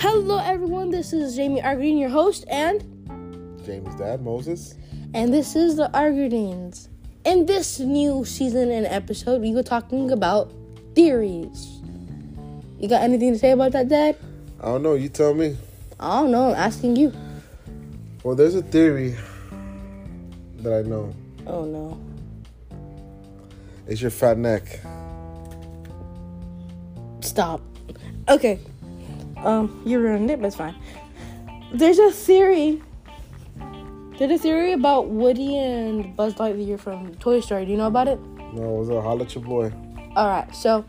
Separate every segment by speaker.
Speaker 1: Hello, everyone. This is Jamie Argreen, your host, and
Speaker 2: James' dad, Moses.
Speaker 1: and this is the Argreens. In this new season and episode, we were talking about theories. You got anything to say about that, Dad?
Speaker 2: I don't know. You tell me.
Speaker 1: I don't know. I'm asking you.
Speaker 2: Well, there's a theory that I know.
Speaker 1: Oh no.
Speaker 2: It's your fat neck.
Speaker 1: Stop. Okay. Um, you ruined it, but it's fine. There's a theory. There's a theory about Woody and Buzz Lightyear from Toy Story. Do you know about it?
Speaker 2: No, it was a holla at your boy.
Speaker 1: All right, so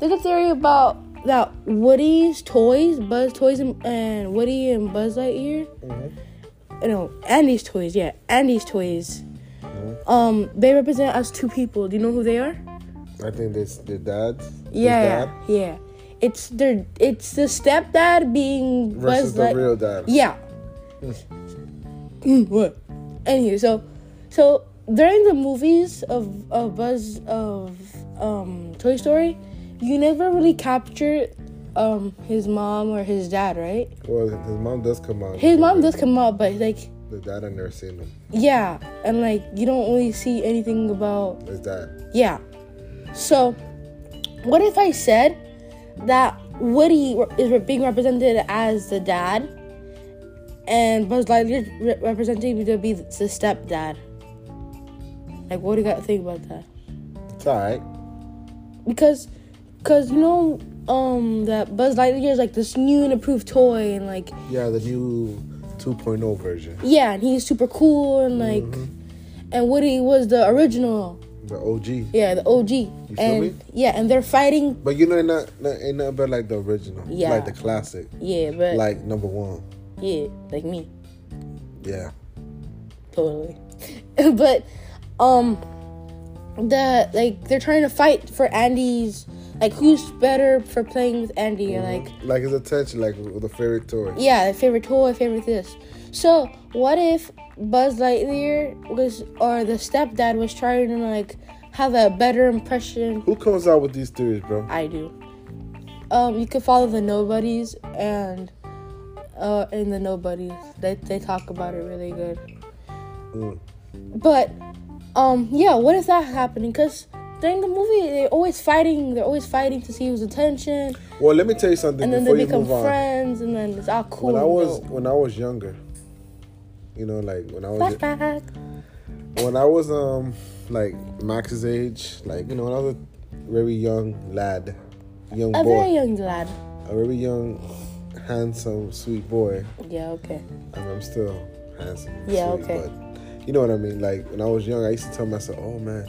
Speaker 1: there's a theory about that Woody's toys, Buzz toys, and, and Woody and Buzz Lightyear.
Speaker 2: Mm-hmm.
Speaker 1: No, Andy's toys. Yeah, Andy's toys.
Speaker 2: Mm-hmm.
Speaker 1: Um, they represent us two people. Do you know who they are?
Speaker 2: I think this the dad.
Speaker 1: Yeah,
Speaker 2: His dad
Speaker 1: yeah, yeah. It's their. It's the stepdad being
Speaker 2: versus
Speaker 1: Buzz
Speaker 2: the
Speaker 1: Light-
Speaker 2: real dad.
Speaker 1: Yeah. Mm, what? Anywho, so so during the movies of of Buzz of um Toy Story, you never really capture um his mom or his dad, right?
Speaker 2: Well, his mom does come out.
Speaker 1: His mom does come out, but like
Speaker 2: The dad I never seen him.
Speaker 1: yeah, and like you don't really see anything about
Speaker 2: His dad.
Speaker 1: yeah. So, what if I said that Woody re- is re- being represented as the dad, and Buzz Lightyear re- represented to be the stepdad? Like, what do you got to think about that?
Speaker 2: It's alright.
Speaker 1: Because, because you know, um, that Buzz Lightyear is like this new and improved toy, and like,
Speaker 2: Yeah, the new 2.0 version,
Speaker 1: yeah, and he's super cool, and like,
Speaker 2: Mm-hmm.
Speaker 1: and Woody was the original,
Speaker 2: the OG.
Speaker 1: yeah, the OG,
Speaker 2: feel
Speaker 1: and
Speaker 2: me?
Speaker 1: yeah, and they're fighting,
Speaker 2: But you know, ain't not, not ain't nothing but like the original.
Speaker 1: Yeah.
Speaker 2: Like the classic.
Speaker 1: yeah, but
Speaker 2: Like number one.
Speaker 1: yeah, like me.
Speaker 2: Yeah.
Speaker 1: totally but um the like they're trying to fight for andy's like who's better for playing with andy like
Speaker 2: Like his attention, like with the favorite toy.
Speaker 1: yeah favorite toy favorite this so what if buzz lightyear was or the stepdad was trying to like have a better impression
Speaker 2: Who comes out with these theories, bro?
Speaker 1: i do um you could follow the nobodies and uh in the nobodies they, they talk about it really good
Speaker 2: Mm.
Speaker 1: But um yeah, what is that happening? Cause during the movie they're always fighting. They're always fighting to see who's attention,
Speaker 2: Well, let me tell you something
Speaker 1: and then
Speaker 2: before
Speaker 1: they
Speaker 2: you
Speaker 1: become
Speaker 2: move on.
Speaker 1: friends, Oh, and then it's all cool.
Speaker 2: When I
Speaker 1: and
Speaker 2: was
Speaker 1: dope.
Speaker 2: when I was younger, you know, like when I was
Speaker 1: flashback.
Speaker 2: when I was um like Max's age, like you know, when I was a very young lad, young
Speaker 1: A
Speaker 2: boy,
Speaker 1: very young lad.
Speaker 2: a very young, handsome, sweet boy.
Speaker 1: Yeah. Okay.
Speaker 2: I mean, I'm still handsome. and
Speaker 1: Yeah,
Speaker 2: sweet,
Speaker 1: okay.
Speaker 2: But you know what I mean. Like when I was young, I used to tell myself, "Oh man,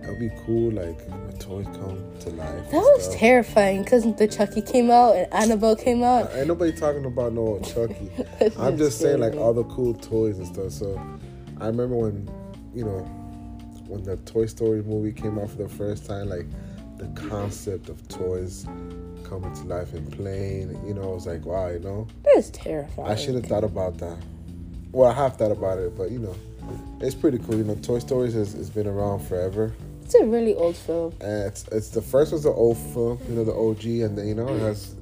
Speaker 2: that'd be cool. Like my toys come to life."
Speaker 1: That was terrifying because the Chucky came out and Annabelle came out.
Speaker 2: Ain't nobody talking about no Chucky.
Speaker 1: That's
Speaker 2: I'm just
Speaker 1: scary,
Speaker 2: saying like uh,
Speaker 1: man.
Speaker 2: all the cool toys and stuff. So I remember when you know when the Toy Story movie came out for the first time, like the concept of toys coming to life and playing. You know, I was like, wow, you know,
Speaker 1: That is terrifying.
Speaker 2: I should have thought about that. Well, I have thought about it, but you know, it's pretty cool. You know, Toy Stories has, has been around forever.
Speaker 1: It's a really old film.
Speaker 2: And it's it's the first was the old film, you know, the OG, and then you know it has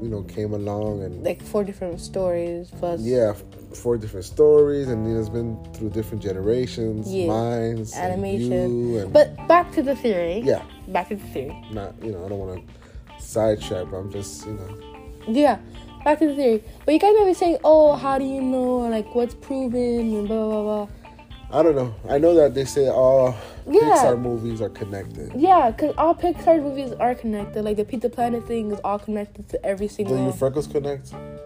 Speaker 2: you know came along and
Speaker 1: Like four different stories plus.
Speaker 2: yeah f- four different stories and it has been through different generations
Speaker 1: Yeah.
Speaker 2: minds and
Speaker 1: Animation.
Speaker 2: you and-
Speaker 1: But back to the theory.
Speaker 2: yeah
Speaker 1: Back to the theory.
Speaker 2: not you know i don't want to sidetrack but i'm just you know
Speaker 1: Yeah, back to the theory. But you guys never saying, oh, how do you know, and, like, what's proven, and blah, blah, blah.
Speaker 2: i don't know i know that they say all
Speaker 1: Yeah.
Speaker 2: pixar movies are connected
Speaker 1: Yeah, because all Pixar movies are connected. Like, the Pizza Planet thing is all connected to every
Speaker 2: do
Speaker 1: single.
Speaker 2: your freckles connect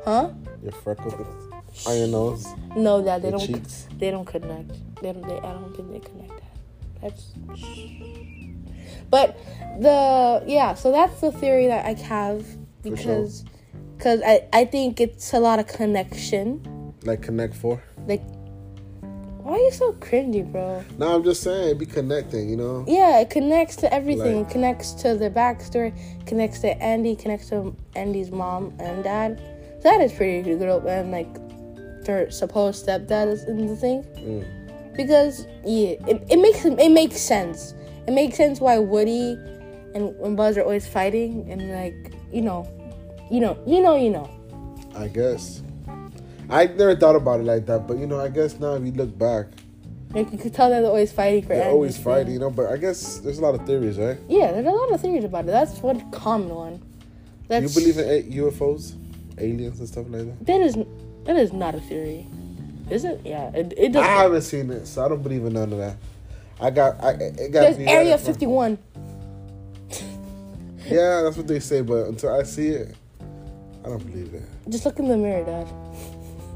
Speaker 1: huh?
Speaker 2: your freckles on your nose
Speaker 1: No, that they
Speaker 2: your
Speaker 1: don't.
Speaker 2: cheeks
Speaker 1: They don't connect. They don't. They, I don't think they connect that. That's. But the yeah, so that's the theory that I have
Speaker 2: sure.
Speaker 1: because, because I I think it's a lot of connection.
Speaker 2: like connect four
Speaker 1: Like, why are you so cringy, bro?
Speaker 2: no i'm just saying be connecting you know
Speaker 1: Yeah, it connects to everything.
Speaker 2: Like-
Speaker 1: it connects to their backstory. Connects to Andy. Connects to Andy's mom and dad. That is pretty good. And like their supposed stepdad is in the thing
Speaker 2: Mm.
Speaker 1: because yeah, it, it makes it makes sense. It makes sense why Woody and, and Buzz are always fighting and like you know, you know, you know, you know.
Speaker 2: I guess. I never thought about it like that, but you know, I guess now if you look back,
Speaker 1: Like you could tell that they're always fighting for.
Speaker 2: they're
Speaker 1: Andy's
Speaker 2: always
Speaker 1: thing.
Speaker 2: fighting, you know. But I guess there's a lot of theories, right?
Speaker 1: Yeah, there's a lot of theories about it. That's one common one.
Speaker 2: You
Speaker 1: That's
Speaker 2: believe in a- UFOs, aliens, and stuff like that?
Speaker 1: that is that is not a theory, is it? Yeah, it, it
Speaker 2: I
Speaker 1: does.
Speaker 2: haven't seen it, so I don't believe in none of that. I got, I it got
Speaker 1: There's
Speaker 2: me
Speaker 1: Area
Speaker 2: right in
Speaker 1: 51.
Speaker 2: front- Yeah, that's what they say, but until I see it, I don't believe it.
Speaker 1: Just look in the mirror, Dad.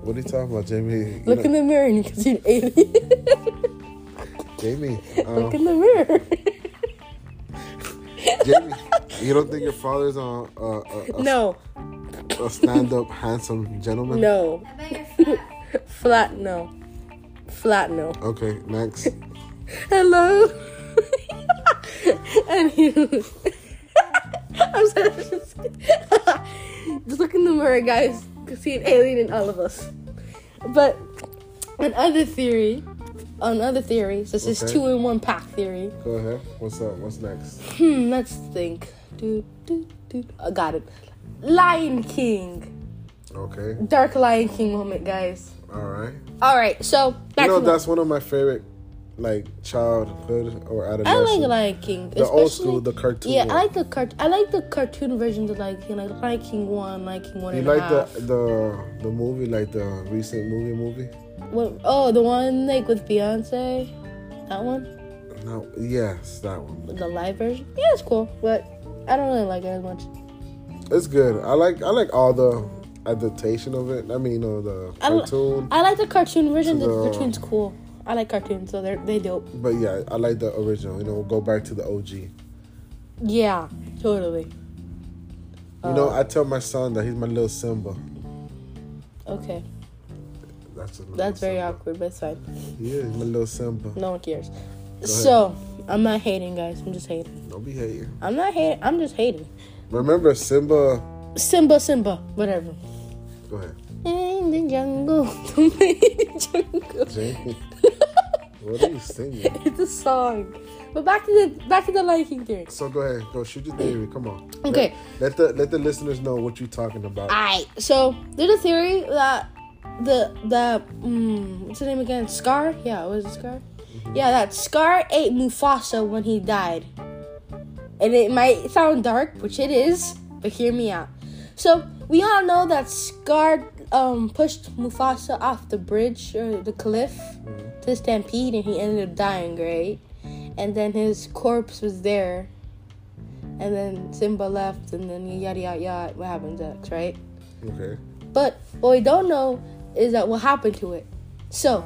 Speaker 2: What are you talking about, Jamie? You
Speaker 1: Look in
Speaker 2: know-
Speaker 1: the mirror and you can see an alien.
Speaker 2: Jamie. Um,
Speaker 1: look in the mirror.
Speaker 2: Jamie, you don't think your father's a a, a,
Speaker 1: no,
Speaker 2: a stand-up handsome gentleman?
Speaker 1: no,
Speaker 3: I bet you're fat.
Speaker 1: flat no, flat no.
Speaker 2: Okay, next.
Speaker 1: Hello. and he- I'm sorry. Just look in the mirror, guys. You See an alien in all of us. But another theory, another theory. This is
Speaker 2: Okay.
Speaker 1: two in one pack theory.
Speaker 2: Go ahead. What's up? What's next?
Speaker 1: Hmm. Let's think. Do do do. I got it. Lion King.
Speaker 2: Okay.
Speaker 1: Dark Lion King moment, guys.
Speaker 2: All right.
Speaker 1: All right. So back
Speaker 2: You know
Speaker 1: to the-
Speaker 2: that's one of my favorite, like childhood or
Speaker 1: I
Speaker 2: adolescent.
Speaker 1: like Lion King.
Speaker 2: The old
Speaker 1: especially-
Speaker 2: school, the cartoon
Speaker 1: Yeah,
Speaker 2: one.
Speaker 1: I like the cart. I like the cartoon versions of Lion King, like Lion King one, Lion King one
Speaker 2: You
Speaker 1: and a
Speaker 2: like the
Speaker 1: half.
Speaker 2: the the movie, like the recent movie movie?
Speaker 1: What- oh, the one like with Beyonce, that one,
Speaker 2: No. Yes, that one.
Speaker 1: the live version. Yeah, it's cool, but I don't really like it as much.
Speaker 2: It's good. I like I like all the adaptation of it. I mean, you know, the
Speaker 1: I li-
Speaker 2: cartoon.
Speaker 1: I like the cartoon version. The,
Speaker 2: the-
Speaker 1: cartoon's cool. I like cartoons, so they're they dope.
Speaker 2: But yeah, I like the original. You know, go back to the OG.
Speaker 1: Yeah, totally.
Speaker 2: You know,
Speaker 1: Oh.
Speaker 2: I tell my son that he's my little Simba.
Speaker 1: Okay,
Speaker 2: That's his little
Speaker 1: that's very
Speaker 2: Simba.
Speaker 1: awkward, but it's fine.
Speaker 2: Yeah, he's my little Simba.
Speaker 1: No one cares.
Speaker 2: ahead.
Speaker 1: So I'm not hating, guys. I'm just hating.
Speaker 2: Don't be hating.
Speaker 1: I'm not hating. I'm just hating.
Speaker 2: Remember Simba?
Speaker 1: Simba, Simba, whatever.
Speaker 2: Go ahead,
Speaker 1: In the jungle, the man in the jungle.
Speaker 2: Jamie. what are you singing?
Speaker 1: It's a song. But back to the back to the Lion King theory.
Speaker 2: So go ahead, go shoot your theory. Come on.
Speaker 1: Okay. Ah.
Speaker 2: Let, let the let the listeners know what you're talking about.
Speaker 1: Alright, so there's a theory that the the mm, what's the name again? Scar? Yeah, was it Scar? Yeah, that Scar ate Mufasa when he died. And it might sound dark, which it is, but hear me out. So we all know that Scar um, pushed Mufasa off the bridge or the cliff to stampede, and he ended up dying, right? And then his corpse was there, and then Simba left, and then yada yada yada. What happens next, right?
Speaker 2: Okay.
Speaker 1: But what we don't know is that what happened to it. So,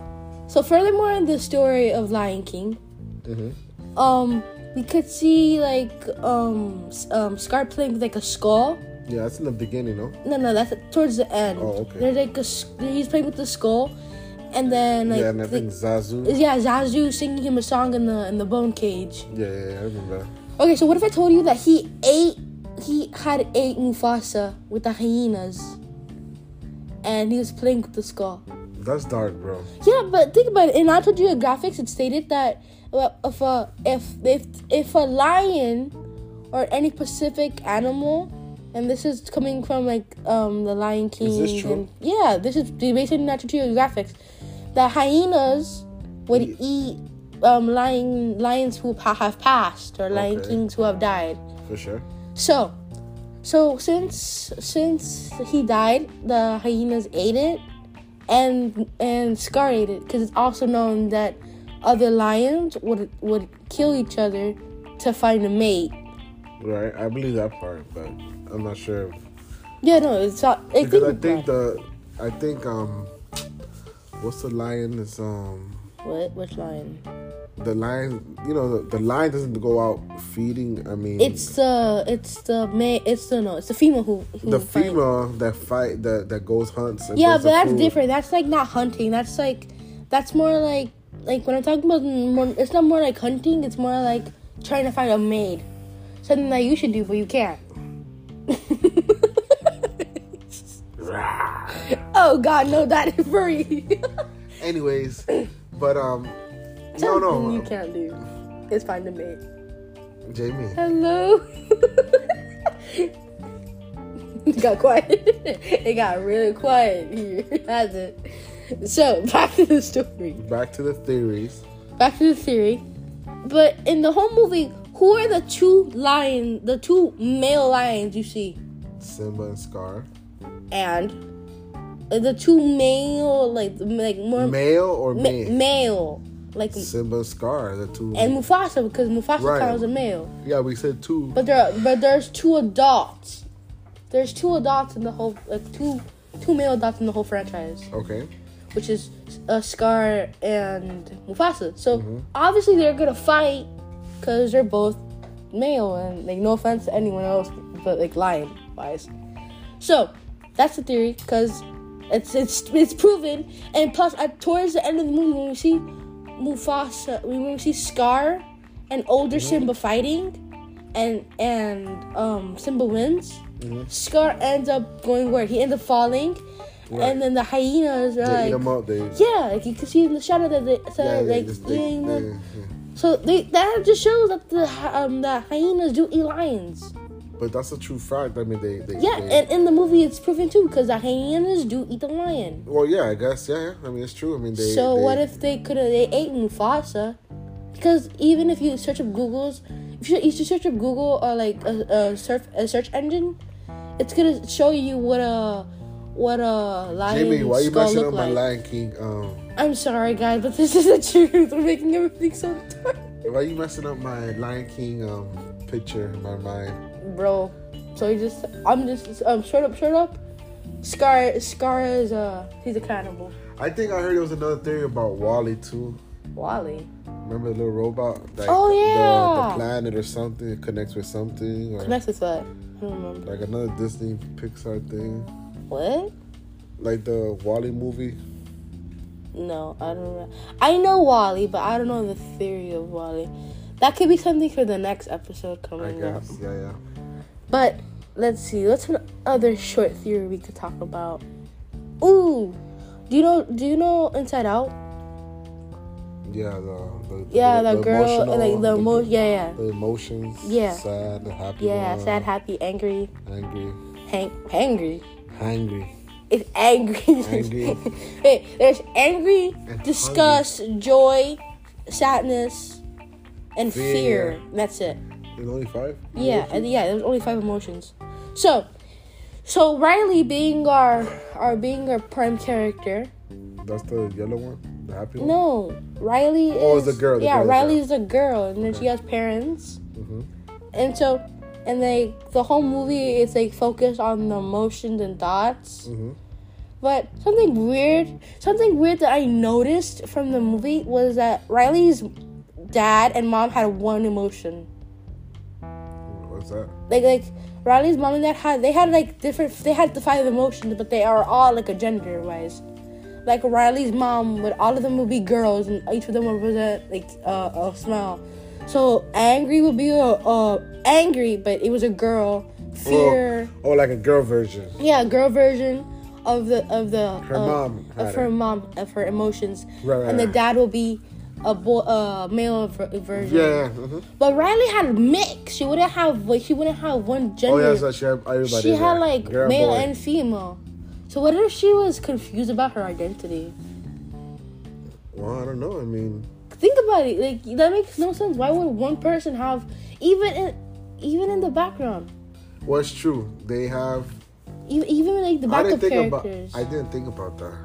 Speaker 1: so furthermore, in the story of Lion King,
Speaker 2: Mhm.
Speaker 1: um, we could see like um, s- um, Scar playing with like a skull.
Speaker 2: Yeah, that's in the beginning, no?
Speaker 1: No, no, that's towards the end.
Speaker 2: Oh, okay.
Speaker 1: There's like a s- he's playing with the skull, and then like
Speaker 2: yeah, and I
Speaker 1: the-
Speaker 2: think Zazu.
Speaker 1: yeah, Zazu singing him a song in the in the bone cage.
Speaker 2: Yeah, yeah, yeah, I remember.
Speaker 1: Okay, so what if I told you that he ate, he had ate Mufasa with the hyenas, and he was playing with the skull.
Speaker 2: That's dark, bro.
Speaker 1: Yeah, but think about it. In Natural Geographic, it stated that uh, if a if if if a lion or any Pacific animal, and this is coming from like um the Lion King.
Speaker 2: true?
Speaker 1: and- yeah, this is based on Natural Geographic. The hyenas would
Speaker 2: Ye-
Speaker 1: eat um lion lions who pa- have passed or lion
Speaker 2: Okay.
Speaker 1: kings who have died.
Speaker 2: For sure.
Speaker 1: So, so since since he died, the hyenas ate it, and and Scar ate it because it's also known that other lions would would kill each other to find a mate.
Speaker 2: Right. I believe that part, but I'm not sure.
Speaker 1: Yeah, no, it's not. I
Speaker 2: Because I
Speaker 1: think,
Speaker 2: think the I think um what's the lion is um
Speaker 1: what which lion?
Speaker 2: the lion you know the, the lion doesn't go out feeding I mean
Speaker 1: It's the it's the male. It's the no. It's the female who, who
Speaker 2: the
Speaker 1: find-
Speaker 2: female that fight that that goes hunts and
Speaker 1: Yeah,
Speaker 2: goes
Speaker 1: but
Speaker 2: to
Speaker 1: that's
Speaker 2: food.
Speaker 1: different. That's like not hunting. That's like that's more like like when I'm talking about more, it's not more like hunting. It's more like trying to find a maid, something that you should do but you can't.
Speaker 2: Rah.
Speaker 1: Oh God, no, that is furry.
Speaker 2: anyways but um no
Speaker 1: Something
Speaker 2: no
Speaker 1: you can't do. It's find a maid.
Speaker 2: Jamie
Speaker 1: Hello. it got quiet. it got really quiet here. That's it. So back to the story.
Speaker 2: Back to the theories.
Speaker 1: Back to the theory. But in the whole movie, who are the two lions, the two male lions you see?
Speaker 2: Simba and Scar.
Speaker 1: And uh, the two male, like like more
Speaker 2: Male or
Speaker 1: ma-
Speaker 2: male?
Speaker 1: male, like
Speaker 2: Simba and Scar, the two.
Speaker 1: and Mufasa because Mufasa
Speaker 2: Right.
Speaker 1: counts as a male.
Speaker 2: yeah, we said two.
Speaker 1: But there, but there's two adults. There's two adults in the whole, like two, two male adults in the whole franchise,
Speaker 2: Okay.
Speaker 1: which is uh, Scar and Mufasa. So obviously they're gonna fight because they're both male, and like no offense to anyone else, but like lion wise. So that's the theory because it's it's it's proven. And plus, at, towards the end of the movie, when we see Mufasa, when we see Scar and older
Speaker 2: Mm-hmm.
Speaker 1: Simba fighting, and and um Simba wins.
Speaker 2: Mm-hmm.
Speaker 1: Scar ends up going where he ends up falling,
Speaker 2: Right.
Speaker 1: and then the hyenas are
Speaker 2: They eat
Speaker 1: like.
Speaker 2: 'em up. They.
Speaker 1: Yeah, like you can see in the shadow that they
Speaker 2: yeah,
Speaker 1: started
Speaker 2: they
Speaker 1: like
Speaker 2: just- they-
Speaker 1: eating them.
Speaker 2: they-
Speaker 1: So they, that just shows that the hy- um the hyenas do eat lions.
Speaker 2: But that's a true fact. I mean, they. they
Speaker 1: Yeah,
Speaker 2: they-
Speaker 1: and in the movie it's proven too because the hyenas do eat the lion.
Speaker 2: well, yeah, I guess. Yeah, yeah. I mean, it's true. I mean, they.
Speaker 1: so
Speaker 2: they-
Speaker 1: what if they could have they ate Mufasa? Because even if you search up Google's, if you, if you search up Google or like a, a search a search engine, it's gonna show you what a what a lion
Speaker 2: Jimmy, why you
Speaker 1: skull
Speaker 2: messing
Speaker 1: look
Speaker 2: up my
Speaker 1: like.
Speaker 2: Lion King? Um,
Speaker 1: I'm sorry, guys, but this is the truth. We're making everything so dark.
Speaker 2: why you messing up my Lion King um picture in my mind?
Speaker 1: bro. So he just, I'm just, um, straight up, straight up. Scar, Scar is, uh, he's a cannibal.
Speaker 2: I think I heard there was another theory about Wally too.
Speaker 1: Wally.
Speaker 2: Remember the little robot? Like
Speaker 1: Oh,
Speaker 2: The,
Speaker 1: yeah.
Speaker 2: the planet or something it connects with something, or
Speaker 1: Connects with what? I don't remember.
Speaker 2: like another Disney Pixar thing,
Speaker 1: What?
Speaker 2: like the Wally movie.
Speaker 1: No, I don't remember. I know Wally, but I don't know the theory of Wally. That could be something for the next episode
Speaker 2: I
Speaker 1: coming up.
Speaker 2: guess. Yeah, yeah.
Speaker 1: But let's see. What's another short theory we could talk about? Ooh, do you know? Do you know Inside Out?
Speaker 2: Yeah, the, the
Speaker 1: Yeah, the, girl,
Speaker 2: emotional-
Speaker 1: like the mo. Yeah, yeah,
Speaker 2: the emotions.
Speaker 1: Yeah.
Speaker 2: Sad, the happy.
Speaker 1: yeah.
Speaker 2: one,
Speaker 1: Sad, happy, angry,
Speaker 2: Angry.
Speaker 1: hang, hangry.
Speaker 2: Hangry.
Speaker 1: It's angry.
Speaker 2: Angry.
Speaker 1: Wait, there's angry,
Speaker 2: And
Speaker 1: disgust, joy, sadness, and fear.
Speaker 2: Fear.
Speaker 1: And That's it.
Speaker 2: There's only five.
Speaker 1: Yeah, and yeah. There's only five emotions. So, so Riley being our our being our prime character.
Speaker 2: That's the yellow one, the happy one.
Speaker 1: No, Riley.
Speaker 2: Oh,
Speaker 1: is,
Speaker 2: it's a girl, the
Speaker 1: Yeah,
Speaker 2: girl, the
Speaker 1: Riley
Speaker 2: girl.
Speaker 1: is a girl, and then she has parents,
Speaker 2: Mhm.
Speaker 1: and so. And they, the whole movie is like focused on the emotions and thoughts.
Speaker 2: Mhm.
Speaker 1: But something weird, something weird that I noticed from the movie was that Riley's dad and mom had one emotion.
Speaker 2: What's that?
Speaker 1: Like like Riley's mom and dad had they had like different they had the five emotions, but they are all like a gender wise. Like Riley's mom, would all of them would be girls, and each of them would represent like a a smile. So angry would be a, a angry, but it was a girl. Fear.
Speaker 2: Oh, oh, like a girl version.
Speaker 1: Yeah, girl version of the of the
Speaker 2: Her
Speaker 1: of,
Speaker 2: mom had
Speaker 1: of her
Speaker 2: it.
Speaker 1: mom of her emotions,
Speaker 2: Right, right,
Speaker 1: and the
Speaker 2: right.
Speaker 1: dad will be a boy, uh, male ver- version.
Speaker 2: Yeah. mhm.
Speaker 1: But Riley had a mix. She wouldn't have like she wouldn't have one gender.
Speaker 2: Oh yeah, so she had everybody.
Speaker 1: she had
Speaker 2: there.
Speaker 1: like
Speaker 2: Girl,
Speaker 1: male
Speaker 2: boy.
Speaker 1: and female. So what if she was confused about her identity?
Speaker 2: Well, I don't know. I mean,
Speaker 1: Think about it. Like that makes no sense. Why would one person have even in, even in the background,
Speaker 2: what's true? They have.
Speaker 1: e- even like the
Speaker 2: I didn't
Speaker 1: backup
Speaker 2: think
Speaker 1: characters?
Speaker 2: about. I didn't think about that.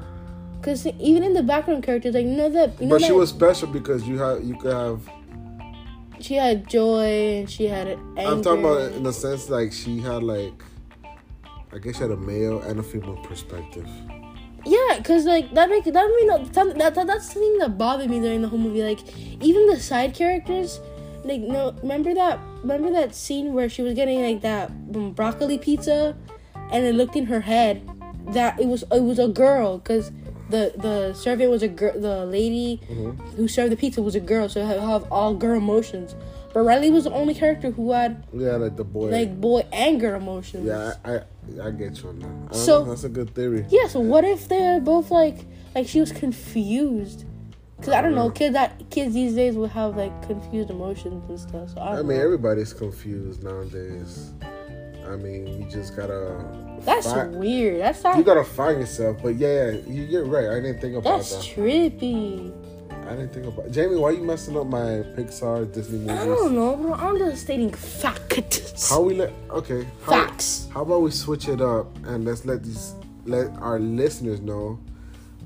Speaker 1: Because even in the background characters, like you know that you know
Speaker 2: But she
Speaker 1: that-
Speaker 2: was special because you have you could have.
Speaker 1: She had joy and she had anger.
Speaker 2: I'm talking about in the sense like she had like. I guess she had a male and a female perspective.
Speaker 1: yeah, cause like that make that made no, some- that, that that's the thing that bothered me during the whole movie. Like even the side characters, like no remember that remember that scene where she was getting like that um, broccoli pizza, and it looked in her head that it was it was a girl because the the servant was a girl the lady who served the pizza was a girl so it had have all girl emotions. But Riley was the only character who had
Speaker 2: Yeah, like the boy.
Speaker 1: like boy anger emotions.
Speaker 2: yeah, I, I I get you on that. I don't
Speaker 1: So-
Speaker 2: know, that's a good theory.
Speaker 1: Yeah, so what if they're both like like she was confused? Cause I don't know, kids that kids these days will have like confused emotions and stuff. So I,
Speaker 2: I
Speaker 1: don't
Speaker 2: mean,
Speaker 1: know.
Speaker 2: everybody's confused nowadays. I mean, you just gotta.
Speaker 1: That's
Speaker 2: fi-
Speaker 1: weird. That's not.
Speaker 2: You gotta find yourself, but yeah, yeah, you, you're right. I didn't think about
Speaker 1: that's
Speaker 2: that.
Speaker 1: trippy.
Speaker 2: I didn't think about Jamie. Why you messing up my Pixar Disney movies?
Speaker 1: I don't know, bro. I'm just stating facts.
Speaker 2: How we let? Okay. How,
Speaker 1: Facts.
Speaker 2: How about we switch it up and let's let these let our listeners know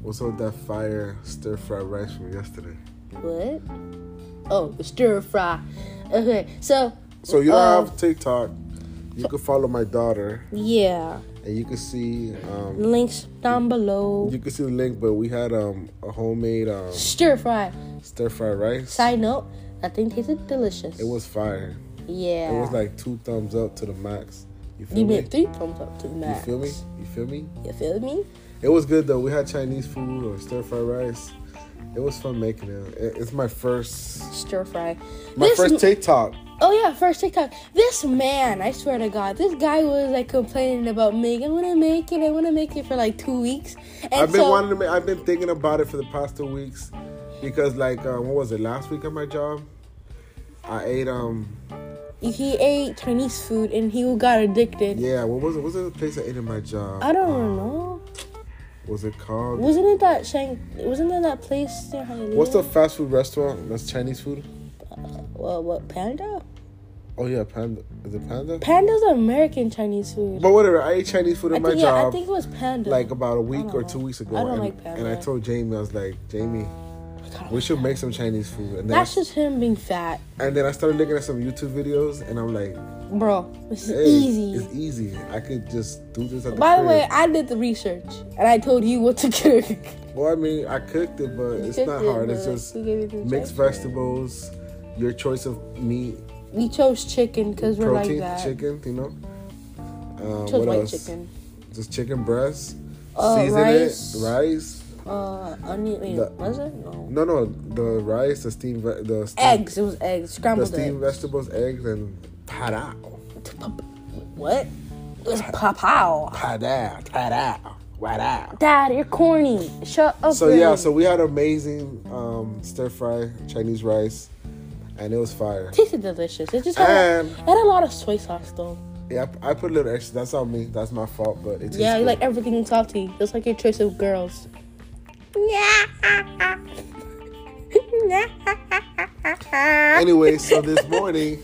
Speaker 2: what's up with that fire stir fried rice from yesterday.
Speaker 1: What? Oh, stir fry. Okay, so
Speaker 2: So you don't
Speaker 1: Um,
Speaker 2: have TikTok. You can follow my daughter,
Speaker 1: yeah,
Speaker 2: and you can see um,
Speaker 1: links down below.
Speaker 2: you can see the link. But we had um, a homemade um,
Speaker 1: Stir fry.
Speaker 2: stir fried rice.
Speaker 1: Side note, that thing tasted delicious.
Speaker 2: It was fire.
Speaker 1: yeah.
Speaker 2: It was like two thumbs up to the max. You feel
Speaker 1: you
Speaker 2: me?
Speaker 1: meant three thumbs up to the
Speaker 2: You
Speaker 1: max.
Speaker 2: feel me? You feel me?
Speaker 1: You feel me?
Speaker 2: It was good though. We had Chinese food or stir fried rice. It was fun making it. It- It's my first,
Speaker 1: Stir fry.
Speaker 2: my
Speaker 1: This
Speaker 2: first
Speaker 1: m-
Speaker 2: TikTok.
Speaker 1: Oh yeah, first TikTok. This man, I swear to God, this guy was like complaining about make. I want to make it. I want to make it for like two weeks. And
Speaker 2: I've been
Speaker 1: so,
Speaker 2: wanting to. Make, I've been thinking about it for the past two weeks, because like, um, what was it last week at my job? I ate um,
Speaker 1: he ate Chinese food and he got addicted.
Speaker 2: yeah. What was it? What was it the place I ate at my job?
Speaker 1: I don't know.
Speaker 2: Was it called?
Speaker 1: Wasn't it that Shang? Wasn't it that place? in Hialeah?
Speaker 2: What's the fast food restaurant that's Chinese food?
Speaker 1: Well, what panda?
Speaker 2: Oh yeah, Panda. Is it Panda?
Speaker 1: Panda's American Chinese food.
Speaker 2: But whatever. I ate Chinese food at
Speaker 1: I
Speaker 2: my
Speaker 1: think yeah,
Speaker 2: job.
Speaker 1: I think it was panda.
Speaker 2: like about a week
Speaker 1: don't
Speaker 2: or
Speaker 1: know.
Speaker 2: two weeks ago,
Speaker 1: I don't
Speaker 2: and,
Speaker 1: like panda.
Speaker 2: and I told Jamie, I was like, Jamie,
Speaker 1: God,
Speaker 2: we should make some Chinese food. And then,
Speaker 1: that's just him being fat,
Speaker 2: and then I started looking at some YouTube videos, and I'm like,
Speaker 1: bro. This is
Speaker 2: hey,
Speaker 1: easy.
Speaker 2: It's easy. I could just do this at the
Speaker 1: By the
Speaker 2: crib.
Speaker 1: way, I did the research and I told you what to cook.
Speaker 2: well, I mean, I cooked it, but it's not
Speaker 1: cooked it,
Speaker 2: hard. It's
Speaker 1: but
Speaker 2: just
Speaker 1: we gave you the
Speaker 2: mixed vegetables, your choice of meat,
Speaker 1: We chose chicken because we're like
Speaker 2: protein,
Speaker 1: that.
Speaker 2: chicken, you know. Uh,
Speaker 1: Chose
Speaker 2: what
Speaker 1: white
Speaker 2: else?
Speaker 1: chicken.
Speaker 2: Just chicken breast,
Speaker 1: Uh,
Speaker 2: season
Speaker 1: rice.
Speaker 2: it, rice.
Speaker 1: Uh, onion. Wait,
Speaker 2: The-
Speaker 1: was it? No.
Speaker 2: No, no, the rice, the steamed, ve- the steamed,
Speaker 1: Eggs. It was eggs.
Speaker 2: the
Speaker 1: Scrambled
Speaker 2: steamed
Speaker 1: eggs.
Speaker 2: vegetables, eggs, and parao.
Speaker 1: What? It was pow.
Speaker 2: Ta-da, ta-da, wa-da.
Speaker 1: Dad, you're corny. Shut up.
Speaker 2: So yeah,
Speaker 1: already.
Speaker 2: so we had amazing um, stir fry Chinese rice, and it was fire.
Speaker 1: tasted delicious. It just had, a-
Speaker 2: And-
Speaker 1: it had a lot of soy sauce though.
Speaker 2: Yeah, I I put a little extra. That's on me. That's my fault, but it tastes
Speaker 1: Yeah, you
Speaker 2: good.
Speaker 1: like everything salty. Just like your choice of girls. Yeah.
Speaker 2: Anyway, so this morning,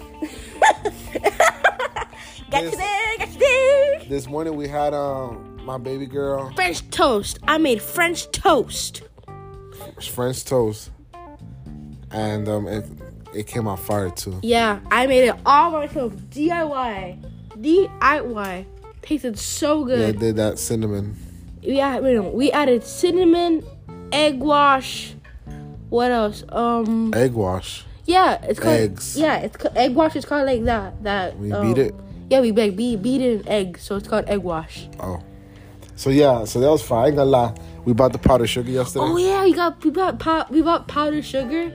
Speaker 1: Got you
Speaker 2: this-
Speaker 1: there, got you there.
Speaker 2: this morning we had um my baby girl
Speaker 1: French toast. I made French toast.
Speaker 2: French toast, and um it it came out fire too.
Speaker 1: Yeah, I made it all myself. DIY. DIY. Tasted so
Speaker 2: Yeah, I
Speaker 1: good.
Speaker 2: did that cinnamon.
Speaker 1: Yeah, we, we added cinnamon, egg wash. What else? Um.
Speaker 2: Egg wash.
Speaker 1: Yeah, it's called
Speaker 2: Eggs.
Speaker 1: Yeah, it's ca- egg wash. It's called like that. That um,
Speaker 2: We beat it?
Speaker 1: Yeah, we like beat beat it in egg, so it's called egg wash.
Speaker 2: Oh. So yeah, so that was fire. I ain't gonna lie. We bought the powdered sugar yesterday.
Speaker 1: Oh yeah, we got we bought pow- we bought powdered sugar.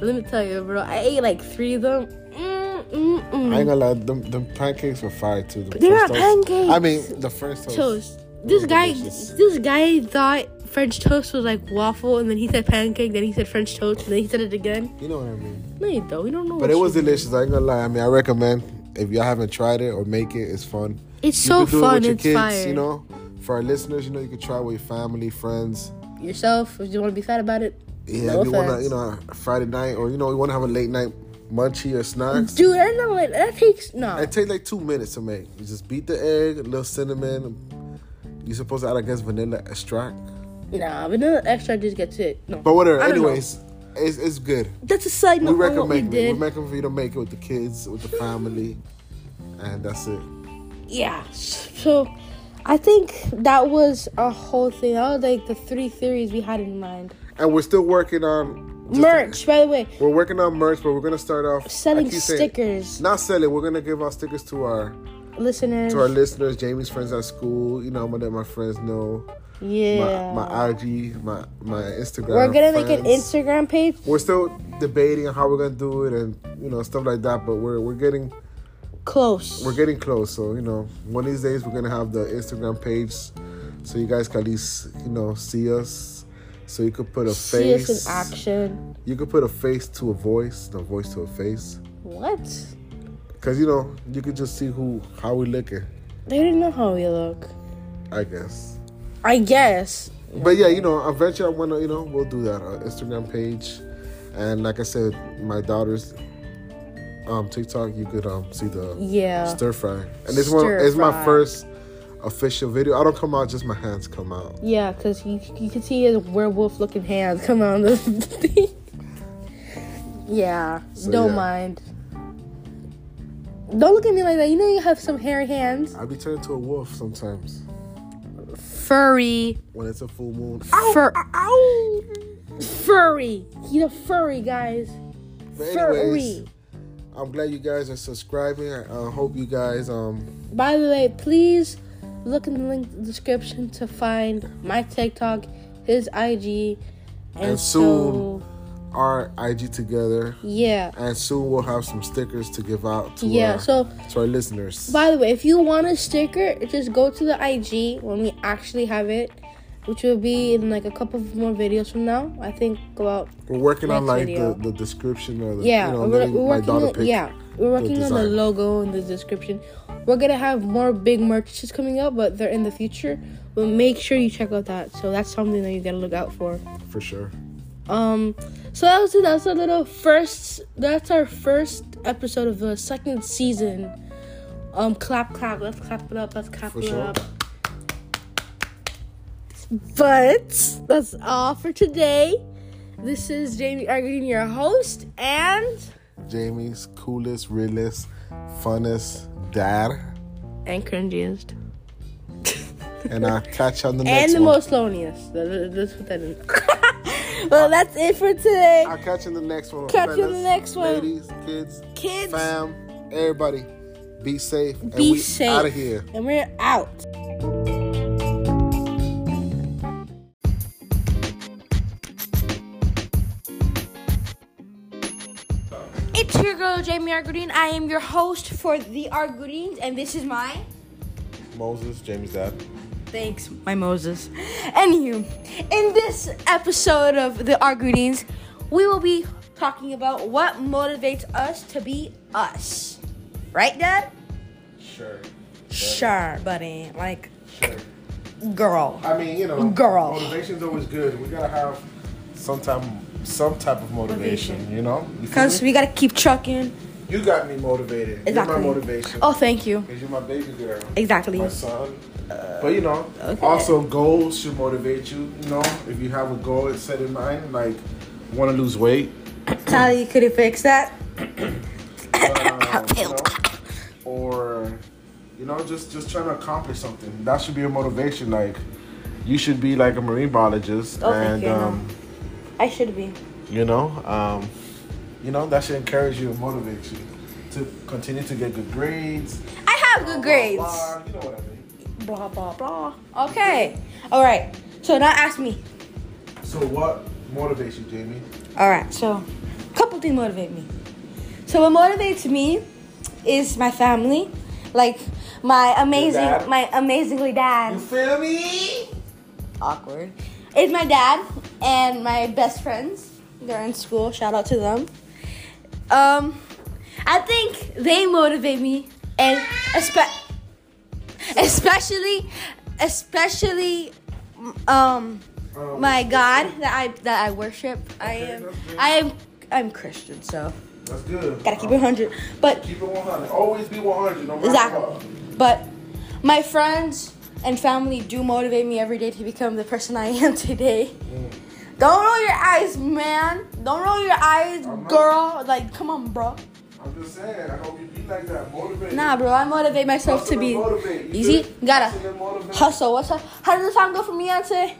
Speaker 1: Let me tell you, bro. I ate like three of them. Mm, mm, mm.
Speaker 2: I ain't gonna lie, them, them pancakes were fire too. The
Speaker 1: They're not
Speaker 2: French toast.
Speaker 1: pancakes.
Speaker 2: I mean, the French toast.
Speaker 1: Toast. This guy,
Speaker 2: delicious.
Speaker 1: this guy thought French toast was like waffle, and then he said pancake, then he said French toast, and then he said it again.
Speaker 2: You know what I mean.
Speaker 1: No, you don't. We don't know.
Speaker 2: But
Speaker 1: what
Speaker 2: it was
Speaker 1: you-
Speaker 2: delicious. I ain't gonna lie. I mean, I recommend if y'all haven't tried it or make it, it's fun.
Speaker 1: It's
Speaker 2: You
Speaker 1: so
Speaker 2: could do
Speaker 1: fun.
Speaker 2: It with your
Speaker 1: it's
Speaker 2: kids,
Speaker 1: fire.
Speaker 2: You know, for our listeners, you know, you could try it with your family, friends.
Speaker 1: yourself. If you want to be fat about it,
Speaker 2: Yeah,
Speaker 1: no
Speaker 2: if you wanna,
Speaker 1: offense.
Speaker 2: you know, Friday night or you know, you wanna have a late night munchie or snacks.
Speaker 1: Dude, I know it. That takes no.
Speaker 2: It takes like two minutes to make. You just beat the egg, a little cinnamon. You're supposed to add, I guess, vanilla extract.
Speaker 1: Nah, vanilla extract just gets it. No.
Speaker 2: But whatever.
Speaker 1: I don't know.
Speaker 2: Anyways, it's, it's good.
Speaker 1: that's a side
Speaker 2: we
Speaker 1: note on what we
Speaker 2: recommend it.
Speaker 1: did.
Speaker 2: We recommend for you to make it with the kids, with the family, and that's it.
Speaker 1: yeah. So, I think that was our whole thing. That was like the three theories we had in mind.
Speaker 2: And we're still working on just-
Speaker 1: Merch, by the way,
Speaker 2: we're working on merch, but we're gonna start off
Speaker 1: selling
Speaker 2: I keep saying-
Speaker 1: stickers,
Speaker 2: Not selling. We're gonna give out stickers to our
Speaker 1: listeners.
Speaker 2: to our listeners, Jamie's friends at school. You know, I'm gonna let my friends know.
Speaker 1: yeah.
Speaker 2: My, my IG, my my Instagram.
Speaker 1: We're gonna make an
Speaker 2: friends.
Speaker 1: Instagram page.
Speaker 2: We're still debating on how we're gonna do it and you know stuff like that. But we're we're getting
Speaker 1: Close.
Speaker 2: we're getting close. So you know, one of these days we're gonna have the Instagram page, so you guys can at least you know see us. So you could put a
Speaker 1: See
Speaker 2: face.
Speaker 1: us in action.
Speaker 2: You could put a face to a voice, the voice to a face.
Speaker 1: What?
Speaker 2: Cause you know you could just see who how we looking.
Speaker 1: They didn't know how we look.
Speaker 2: I guess.
Speaker 1: I guess.
Speaker 2: But yeah, you know, eventually I wanna, you know, we'll do that. Our Instagram page, and like I said, my daughter's um, TikTok. You could um, see the
Speaker 1: Yeah.
Speaker 2: stir fry, and this one
Speaker 1: Stir
Speaker 2: is my
Speaker 1: fry.
Speaker 2: first official video. I don't come out; just my hands come out.
Speaker 1: Yeah, because you, you can see his werewolf looking hands come out of the thing. yeah,
Speaker 2: So,
Speaker 1: don't
Speaker 2: yeah.
Speaker 1: mind. Don't look at me like that. You know you have some hairy hands.
Speaker 2: I be turned to a wolf sometimes
Speaker 1: Furry.
Speaker 2: when it's a full moon.
Speaker 1: Fur- Furry. He's a furry, guys.
Speaker 2: But anyways,
Speaker 1: Furry.
Speaker 2: I'm glad you guys are subscribing. I uh, hope you guys um
Speaker 1: By the way, please look in the link description to find my TikTok, his IG, and,
Speaker 2: And
Speaker 1: so
Speaker 2: soon. are IG together,
Speaker 1: yeah,
Speaker 2: and soon we'll have some stickers to give out to
Speaker 1: yeah.
Speaker 2: our,
Speaker 1: So
Speaker 2: to our listeners.
Speaker 1: By the way, if you want a sticker, just go to the IG when we actually have it, which will be in like a couple of more videos from now. I think about
Speaker 2: We're working on
Speaker 1: Next
Speaker 2: like
Speaker 1: video.
Speaker 2: the, the description or the
Speaker 1: yeah,
Speaker 2: you know
Speaker 1: we're,
Speaker 2: letting
Speaker 1: we're
Speaker 2: my
Speaker 1: working
Speaker 2: daughter
Speaker 1: on
Speaker 2: pick.
Speaker 1: yeah, we're working on the
Speaker 2: design.
Speaker 1: logo and the description. We're gonna have more big merches coming up, but they're in the future. But make sure you check out that. So that's something that you gotta look out for.
Speaker 2: for sure.
Speaker 1: Um, so that was it. That's our little first. That's our first episode of the second season. Um, clap, clap. Let's clap it up. Let's clap
Speaker 2: For
Speaker 1: it
Speaker 2: sure.
Speaker 1: up. But that's all for today. This is Jamie Argadine, your host, and
Speaker 2: Jamie's coolest, realest, funnest dad,
Speaker 1: and cringiest,
Speaker 2: and I'll catch you on the
Speaker 1: and
Speaker 2: next
Speaker 1: the
Speaker 2: one.
Speaker 1: most loneliest. That- that- That's what that is. well, that's it for today,
Speaker 2: I'll catch you in the next one.
Speaker 1: Catch you in the
Speaker 2: fellas,
Speaker 1: next one.
Speaker 2: ladies, kids,
Speaker 1: kids.
Speaker 2: fam, everybody. Be safe. and
Speaker 1: Be
Speaker 2: we
Speaker 1: safe.
Speaker 2: Out of here.
Speaker 1: And we're out. It's your girl Jamie Argudine. I am your host for the Argudines, and this is my
Speaker 2: Moses, Jamie's dad.
Speaker 1: thanks, my Moses. Anywho, in this episode of the Argudines, we will be talking about what motivates us to be us. Right, Dad?
Speaker 2: Sure.
Speaker 1: Sure, buddy. Like,
Speaker 2: Sure.
Speaker 1: girl.
Speaker 2: I mean, you know,
Speaker 1: Girl.
Speaker 2: Motivation's always good. We gotta have some type, some type of motivation.
Speaker 1: Motivation.
Speaker 2: You know, You feel
Speaker 1: Cause
Speaker 2: me?
Speaker 1: we gotta keep trucking.
Speaker 2: you got me motivated. You're
Speaker 1: Exactly.
Speaker 2: my motivation.
Speaker 1: Oh, thank you.
Speaker 2: Cause you're my baby girl.
Speaker 1: Exactly. Uh,
Speaker 2: My son. but you know,
Speaker 1: okay.
Speaker 2: also goals should motivate you. You know, if you have a goal set in mind, like want to lose weight,
Speaker 1: Sally, could you fix that?
Speaker 2: um, you know, or you know, just just trying to accomplish something. That should be your motivation. Like, you should be like a marine biologist,
Speaker 1: Oh, thank
Speaker 2: and
Speaker 1: you, I know.
Speaker 2: um,
Speaker 1: I should be.
Speaker 2: you know, um, you know that should encourage you and motivate you to continue to get good grades.
Speaker 1: I have good grades.
Speaker 2: Blah, you know what I mean.
Speaker 1: Blah blah blah. Okay. All right. So now ask me.
Speaker 2: So what motivates you, Jamie?
Speaker 1: All right. So, a couple things motivate me. So what motivates me is my family, like my amazing,
Speaker 2: Your dad?
Speaker 1: my amazingly dad.
Speaker 2: You feel me?
Speaker 1: awkward. It's my dad and my best friends. They're in school. Shout out to them. Um, I think they motivate me, and espe- especially, especially, um,
Speaker 2: Um,
Speaker 1: my God that I that I worship. I
Speaker 2: Okay,
Speaker 1: am,
Speaker 2: that's good.
Speaker 1: I am, I'm Christian. So
Speaker 2: That's good.
Speaker 1: gotta keep it hundred. But
Speaker 2: Keep it 100. Always be 100. No matter what.
Speaker 1: Exactly. But my friends and family do motivate me every day to become the person I am today. Don't roll your eyes, man. Don't roll your eyes,
Speaker 2: not.
Speaker 1: girl. Like, come on, bro.
Speaker 2: I'm just saying. I hope you be like that. Motivated.
Speaker 1: Nah, bro. I motivate myself
Speaker 2: Hustle
Speaker 1: to
Speaker 2: and
Speaker 1: be
Speaker 2: motivate. You
Speaker 1: easy.
Speaker 2: good?
Speaker 1: Gotta
Speaker 2: Hustle and motivate.
Speaker 1: hustle. What's up? How did the song go for Beyonce?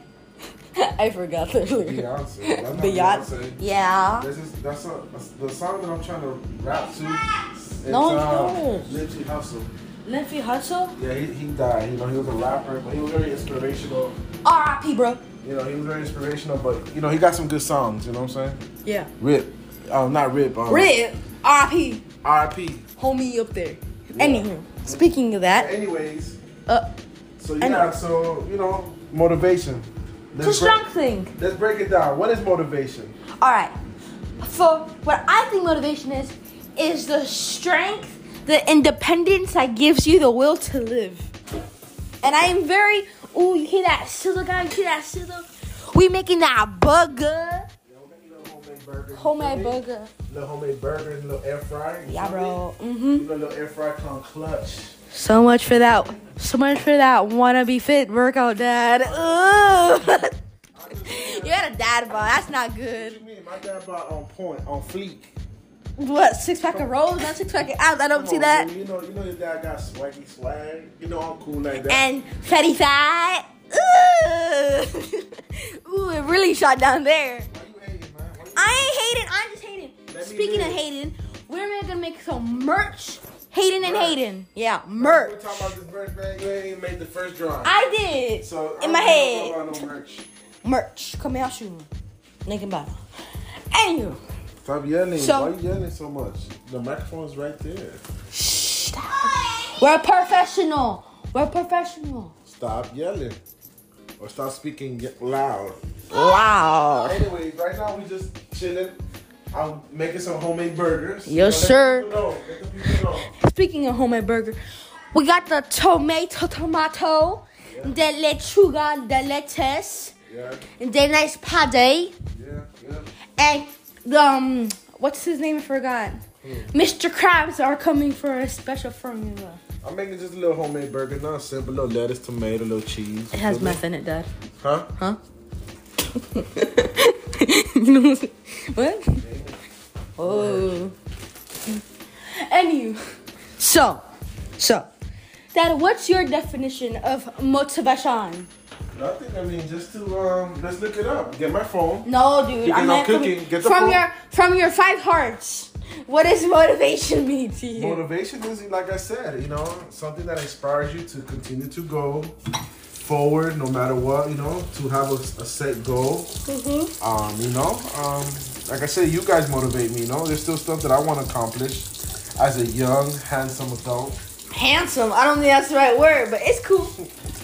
Speaker 1: I forgot the lyrics.
Speaker 2: Beyonce. That's not
Speaker 1: Beyonce. Yeah.
Speaker 2: This is that's a, that's the song that I'm trying to rap to. It's,
Speaker 1: No,
Speaker 2: uh,
Speaker 1: no.
Speaker 2: Nipsey Hussle.
Speaker 1: Nipsey Hustle.
Speaker 2: Yeah, he, he died. You know, he was a rapper, but he was very inspirational.
Speaker 1: R.I.P. Bro.
Speaker 2: You know, he was very inspirational, but you know, he got some good songs. You know what I'm saying?
Speaker 1: Yeah.
Speaker 2: Rip. Um, not Rip. Um,
Speaker 1: Rip. R.I.P.
Speaker 2: R.I.P.
Speaker 1: Homie up there. Anywho, speaking of that,
Speaker 2: Anyways,
Speaker 1: uh,
Speaker 2: so
Speaker 1: I know.
Speaker 2: yeah, so you know, motivation.
Speaker 1: it's a
Speaker 2: Let's
Speaker 1: strong
Speaker 2: break,
Speaker 1: thing.
Speaker 2: let's break it down. What is motivation?
Speaker 1: All right. For what I think motivation is, is the strength the independence that gives you the will to live. And I am very. Ooh, you hear that sizzle, guys? You hear that sizzle? We making that burger, homemade burger.
Speaker 2: Little homemade burgers, little air fryer. you
Speaker 1: Yeah,
Speaker 2: feel me?
Speaker 1: bro. Mhm.
Speaker 2: Even little air fryer come clutch.
Speaker 1: So much for that. So much for that wanna be fit workout, dad. Ugh. you had a dad bod. That's not good.
Speaker 2: What do you mean? My dad bought on point, on fleek.
Speaker 1: What six pack of rolls? Not six pack of abs. I
Speaker 2: Come
Speaker 1: don't see
Speaker 2: on,
Speaker 1: that.
Speaker 2: dude. You know, you know your dad got swaggy swag. You know I'm cool like that.
Speaker 1: And fatty fat. Ugh. Ooh, it really shot down there.
Speaker 2: Why you hating, man? Why you-
Speaker 1: I ain't hating. I'm just hating.
Speaker 2: Let me
Speaker 1: Speaking of
Speaker 2: live.
Speaker 1: hating, we're gonna make some merch. Hating and
Speaker 2: Merch.
Speaker 1: hating. Yeah,
Speaker 2: We're
Speaker 1: merch.
Speaker 2: talking about this merch, man. You ain't even made the first drawing.
Speaker 1: I did.
Speaker 2: so I
Speaker 1: in my
Speaker 2: don't know
Speaker 1: head.
Speaker 2: About no merch.
Speaker 1: merch coming out soon. Naked bottle. Anyway,
Speaker 2: Stop yelling.
Speaker 1: So-
Speaker 2: Why you yelling so much? The microphone's right there.
Speaker 1: we're professional. We're professional.
Speaker 2: Stop yelling. Or stop speaking y- loud.
Speaker 1: Wow.
Speaker 2: Anyways, right now we just chilling. I'm making some homemade burgers.
Speaker 1: Yes,
Speaker 2: let
Speaker 1: sir.
Speaker 2: the people know. Let the people know.
Speaker 1: Speaking of homemade burger, we got the tomato, tomato, the lechuga, the lettuce,
Speaker 2: Yeah,
Speaker 1: and the nice pate,
Speaker 2: yeah, yeah.
Speaker 1: and the, um, what's his name? I forgot. Mr. Krabs are coming for a special formula.
Speaker 2: I'm making just a little homemade burger. Not simple. Little lettuce, tomato, little cheese.
Speaker 1: It has
Speaker 2: Little-
Speaker 1: meth in it, Dad.
Speaker 2: Huh?
Speaker 1: Huh? you know what? Oh. Anywho, so, so, Dad, what's your definition of motivation?
Speaker 2: I think I mean just to um, let's look it up. Get my phone.
Speaker 1: No, dude,
Speaker 2: Because I'm
Speaker 1: not coming-
Speaker 2: cooking. Get the
Speaker 1: from
Speaker 2: phone.
Speaker 1: your from your five hearts. What does motivation mean to you?
Speaker 2: Motivation is like I said, you know, something that inspires you to continue to go forward no matter what. You know, to have a, a set goal.
Speaker 1: Mhm.
Speaker 2: Um, you know, um, like I said, you guys motivate me. You know, there's still stuff that I want to accomplish as a young, handsome adult.
Speaker 1: Handsome. I don't think that's the right word, but it's cool.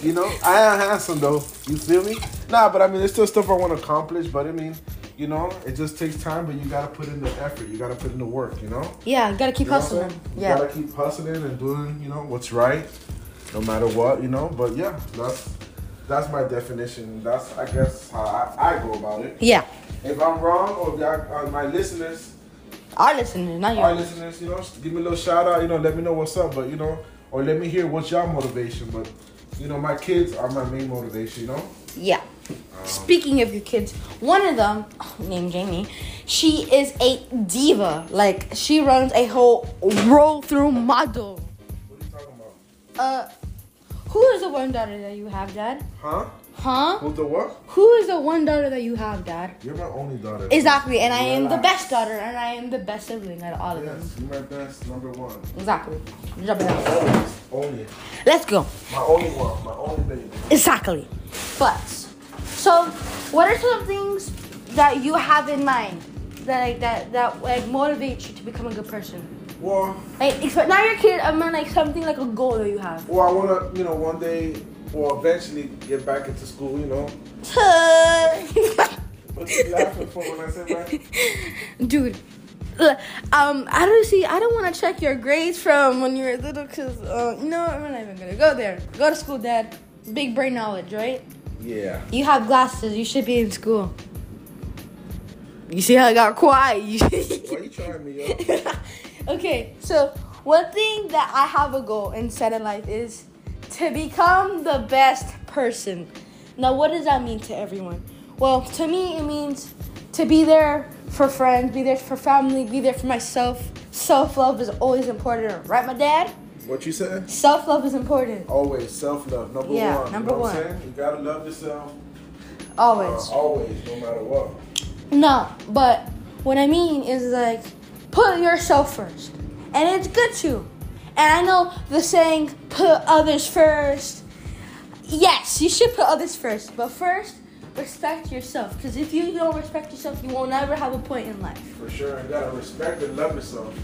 Speaker 2: You know, I am handsome though. You feel me? Nah, but I mean, there's still stuff I want to accomplish. But I mean, you know, it just takes time. But you gotta put in the effort. You gotta put in the work. You know.
Speaker 1: Yeah, gotta keep
Speaker 2: You know what I'm
Speaker 1: hustling.
Speaker 2: saying? You
Speaker 1: Yeah.
Speaker 2: gotta keep hustling and doing, you know, what's right, no matter what, you know. But yeah, that's that's my definition. That's I guess how I, I go about it.
Speaker 1: Yeah.
Speaker 2: If I'm wrong, or if y'all, uh, my listeners,
Speaker 1: Our listeners, not
Speaker 2: our
Speaker 1: yours.
Speaker 2: listeners, you know, give me a little shout out, you know, let me know what's up, but you know, or let me hear what's y'all motivation. But you know, my kids are my main motivation, you know.
Speaker 1: Yeah. Speaking of your kids, one of them, named Jamie, she is a diva. Like she runs a whole roll through model.
Speaker 2: What are you talking about?
Speaker 1: Uh, who is the one daughter that you have, Dad?
Speaker 2: Huh?
Speaker 1: Huh?
Speaker 2: Who's the what?
Speaker 1: Who is the one daughter that you have, Dad?
Speaker 2: You're my only daughter.
Speaker 1: Exactly, and I am the
Speaker 2: Relax.
Speaker 1: best daughter, and I am the best sibling out of all of them.
Speaker 2: Yes, you're my best number one.
Speaker 1: Exactly. Drop it down.
Speaker 2: Always, only,
Speaker 1: Let's go.
Speaker 2: my only one, my only baby.
Speaker 1: Exactly. But so, what are some things that you have in mind that like that that like motivates you to become a good person?
Speaker 2: Well,
Speaker 1: Like, exp- not your kid. I mean, like something like a goal that you have.
Speaker 2: well, I want to, you know, one day or eventually get back into school, you know. What you laughing for when I said that?
Speaker 1: Dude. look, Um, I don't see. I don't want to check your grades from when you were little, cause uh, no, I'm not even gonna go there. Go to school, Dad. Big brain knowledge, right?
Speaker 2: Yeah.
Speaker 1: You have glasses. You should be in school. You see how I got quiet.
Speaker 2: Why you trying me up?
Speaker 1: okay, so one thing that I have a goal and set in life is to become the best person. Now, what does that mean to everyone? Well, to me, it means to be there for friends, be there for family, be there for myself. Self love is always important, right, my dad?
Speaker 2: What you said?
Speaker 1: Self love is important,
Speaker 2: Always self love, number
Speaker 1: Yeah,
Speaker 2: one.
Speaker 1: number
Speaker 2: you know
Speaker 1: one.
Speaker 2: What I'm saying? You gotta love yourself uh,
Speaker 1: always.
Speaker 2: always, no matter what.
Speaker 1: No, but what I mean is like put yourself first, and it's good to. And I know the saying "put others first. Yes, you should put others first, but first respect yourself. Because if you don't respect yourself, you will never have a point in life.
Speaker 2: For sure, you gotta respect and love yourself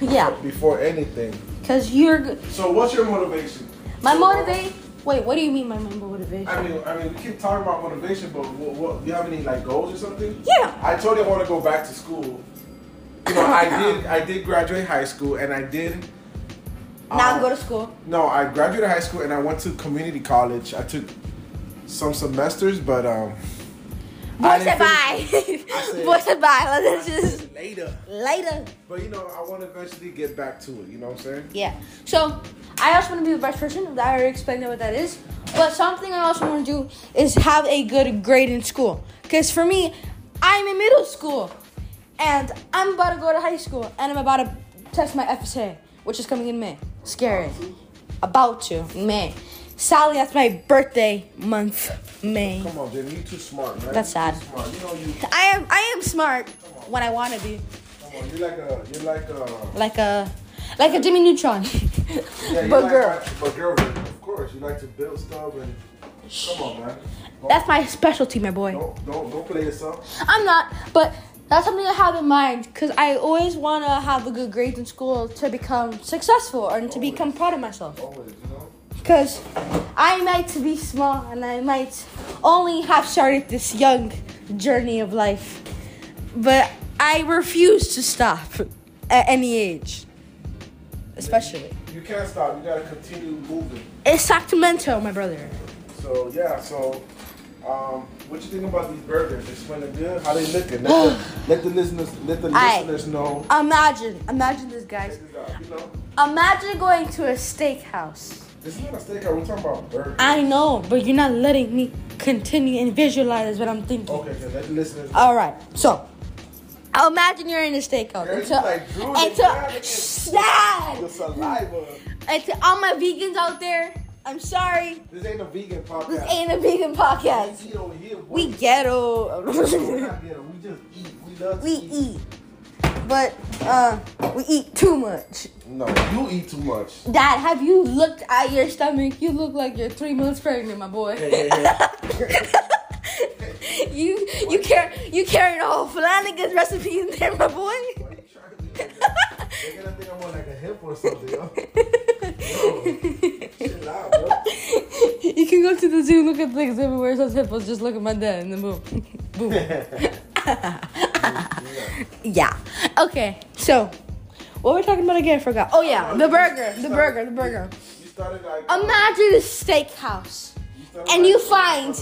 Speaker 1: Yeah,
Speaker 2: before anything.
Speaker 1: because you're. g-
Speaker 2: So, what's your motivation?
Speaker 1: My
Speaker 2: So,
Speaker 1: motivate. Wait, what do you mean my motivation?
Speaker 2: I mean, I mean, we keep talking about motivation, but what, what, you have any like goals or something?
Speaker 1: Yeah.
Speaker 2: I told you I want to go back to school. You know, I did. I did graduate high school, and I did
Speaker 1: now
Speaker 2: Um,
Speaker 1: go to school.
Speaker 2: No, I graduated high school and I went to community college. I took some semesters, but um. I
Speaker 1: Boy
Speaker 2: didn't
Speaker 1: said bye.
Speaker 2: said-
Speaker 1: Boy said bye. Let's
Speaker 2: finish-
Speaker 1: just
Speaker 2: Later.
Speaker 1: later.
Speaker 2: But you know, I want to eventually get back to it. You know what I'm saying?
Speaker 1: Yeah. So I also want to be the best person. I already explained what that is. But something I also want to do is have a good grade in school. Cause for me, I'm in middle school, and I'm about to go to high school, and I'm about to test my FSA, which is coming in May. Scary. About to May. Sally, that's my birthday month, May.
Speaker 2: Come on, Jim. You too smart, man.
Speaker 1: That's
Speaker 2: You too
Speaker 1: sad.
Speaker 2: Smart. You know you.
Speaker 1: I am I am smart when I want to be.
Speaker 2: Come on. You're like a. You're like a.
Speaker 1: like a like a Jimmy Neutron,
Speaker 2: Yeah, you're
Speaker 1: but
Speaker 2: like
Speaker 1: girl.
Speaker 2: a- But girl, of course, you like to build stuff and. Come on, man. Don't,
Speaker 1: That's my specialty, my boy.
Speaker 2: don't, don't don't play yourself.
Speaker 1: I'm not, but that's something I have in mind because I always want to have a good grades in school to become successful and to become proud of myself.
Speaker 2: Always, you know.
Speaker 1: Because I might be small and I might only have started this young journey of life, but I refuse to stop at any age, especially.
Speaker 2: You can't stop. You gotta continue moving.
Speaker 1: It's Sacramento, my brother.
Speaker 2: So yeah, so um, what you think about these burgers? They smelling good? How they looking? Let the, let the listeners let the
Speaker 1: Aye.
Speaker 2: listeners know.
Speaker 1: Imagine, imagine this, guys.
Speaker 2: Check this out. You know,
Speaker 1: Imagine going to a steakhouse.
Speaker 2: this is not a steakhouse. We're talking about burgers.
Speaker 1: I know, but you're not letting me continue and visualize what I'm thinking.
Speaker 2: Okay, so let the listeners.
Speaker 1: All right, so imagine you're in a steakhouse.
Speaker 2: Girl,
Speaker 1: And
Speaker 2: you
Speaker 1: so,
Speaker 2: like Drew the
Speaker 1: and so,
Speaker 2: Dragon.
Speaker 1: sad.
Speaker 2: Your saliva.
Speaker 1: And to all my vegans out there, I'm sorry,
Speaker 2: This ain't a vegan podcast.
Speaker 1: this ain't a vegan podcast.
Speaker 2: We eat over here, boy.
Speaker 1: We
Speaker 2: We're
Speaker 1: ghetto.
Speaker 2: not ghetto. We just eat. We love to
Speaker 1: we eat, but uh, we eat too much.
Speaker 2: No, you eat too much.
Speaker 1: Dad, have you looked at your stomach? You look like you're three months pregnant, my boy.
Speaker 2: Hey, hey,
Speaker 1: you you carry you carrying a whole Flanagan's recipe in there, my boy.
Speaker 2: Why you trying to do that? They're gonna think I'm on like a hip or something. Yo. Yo, chill out, bro.
Speaker 1: you can go to the zoo, look at things everywhere. Those hippos just look at my dad and then boom, boom. yeah. Okay. So, what were we talking about again? I forgot. Oh yeah, the burger, the burger, the burger.
Speaker 2: You started like.
Speaker 1: Imagine a steakhouse. and you find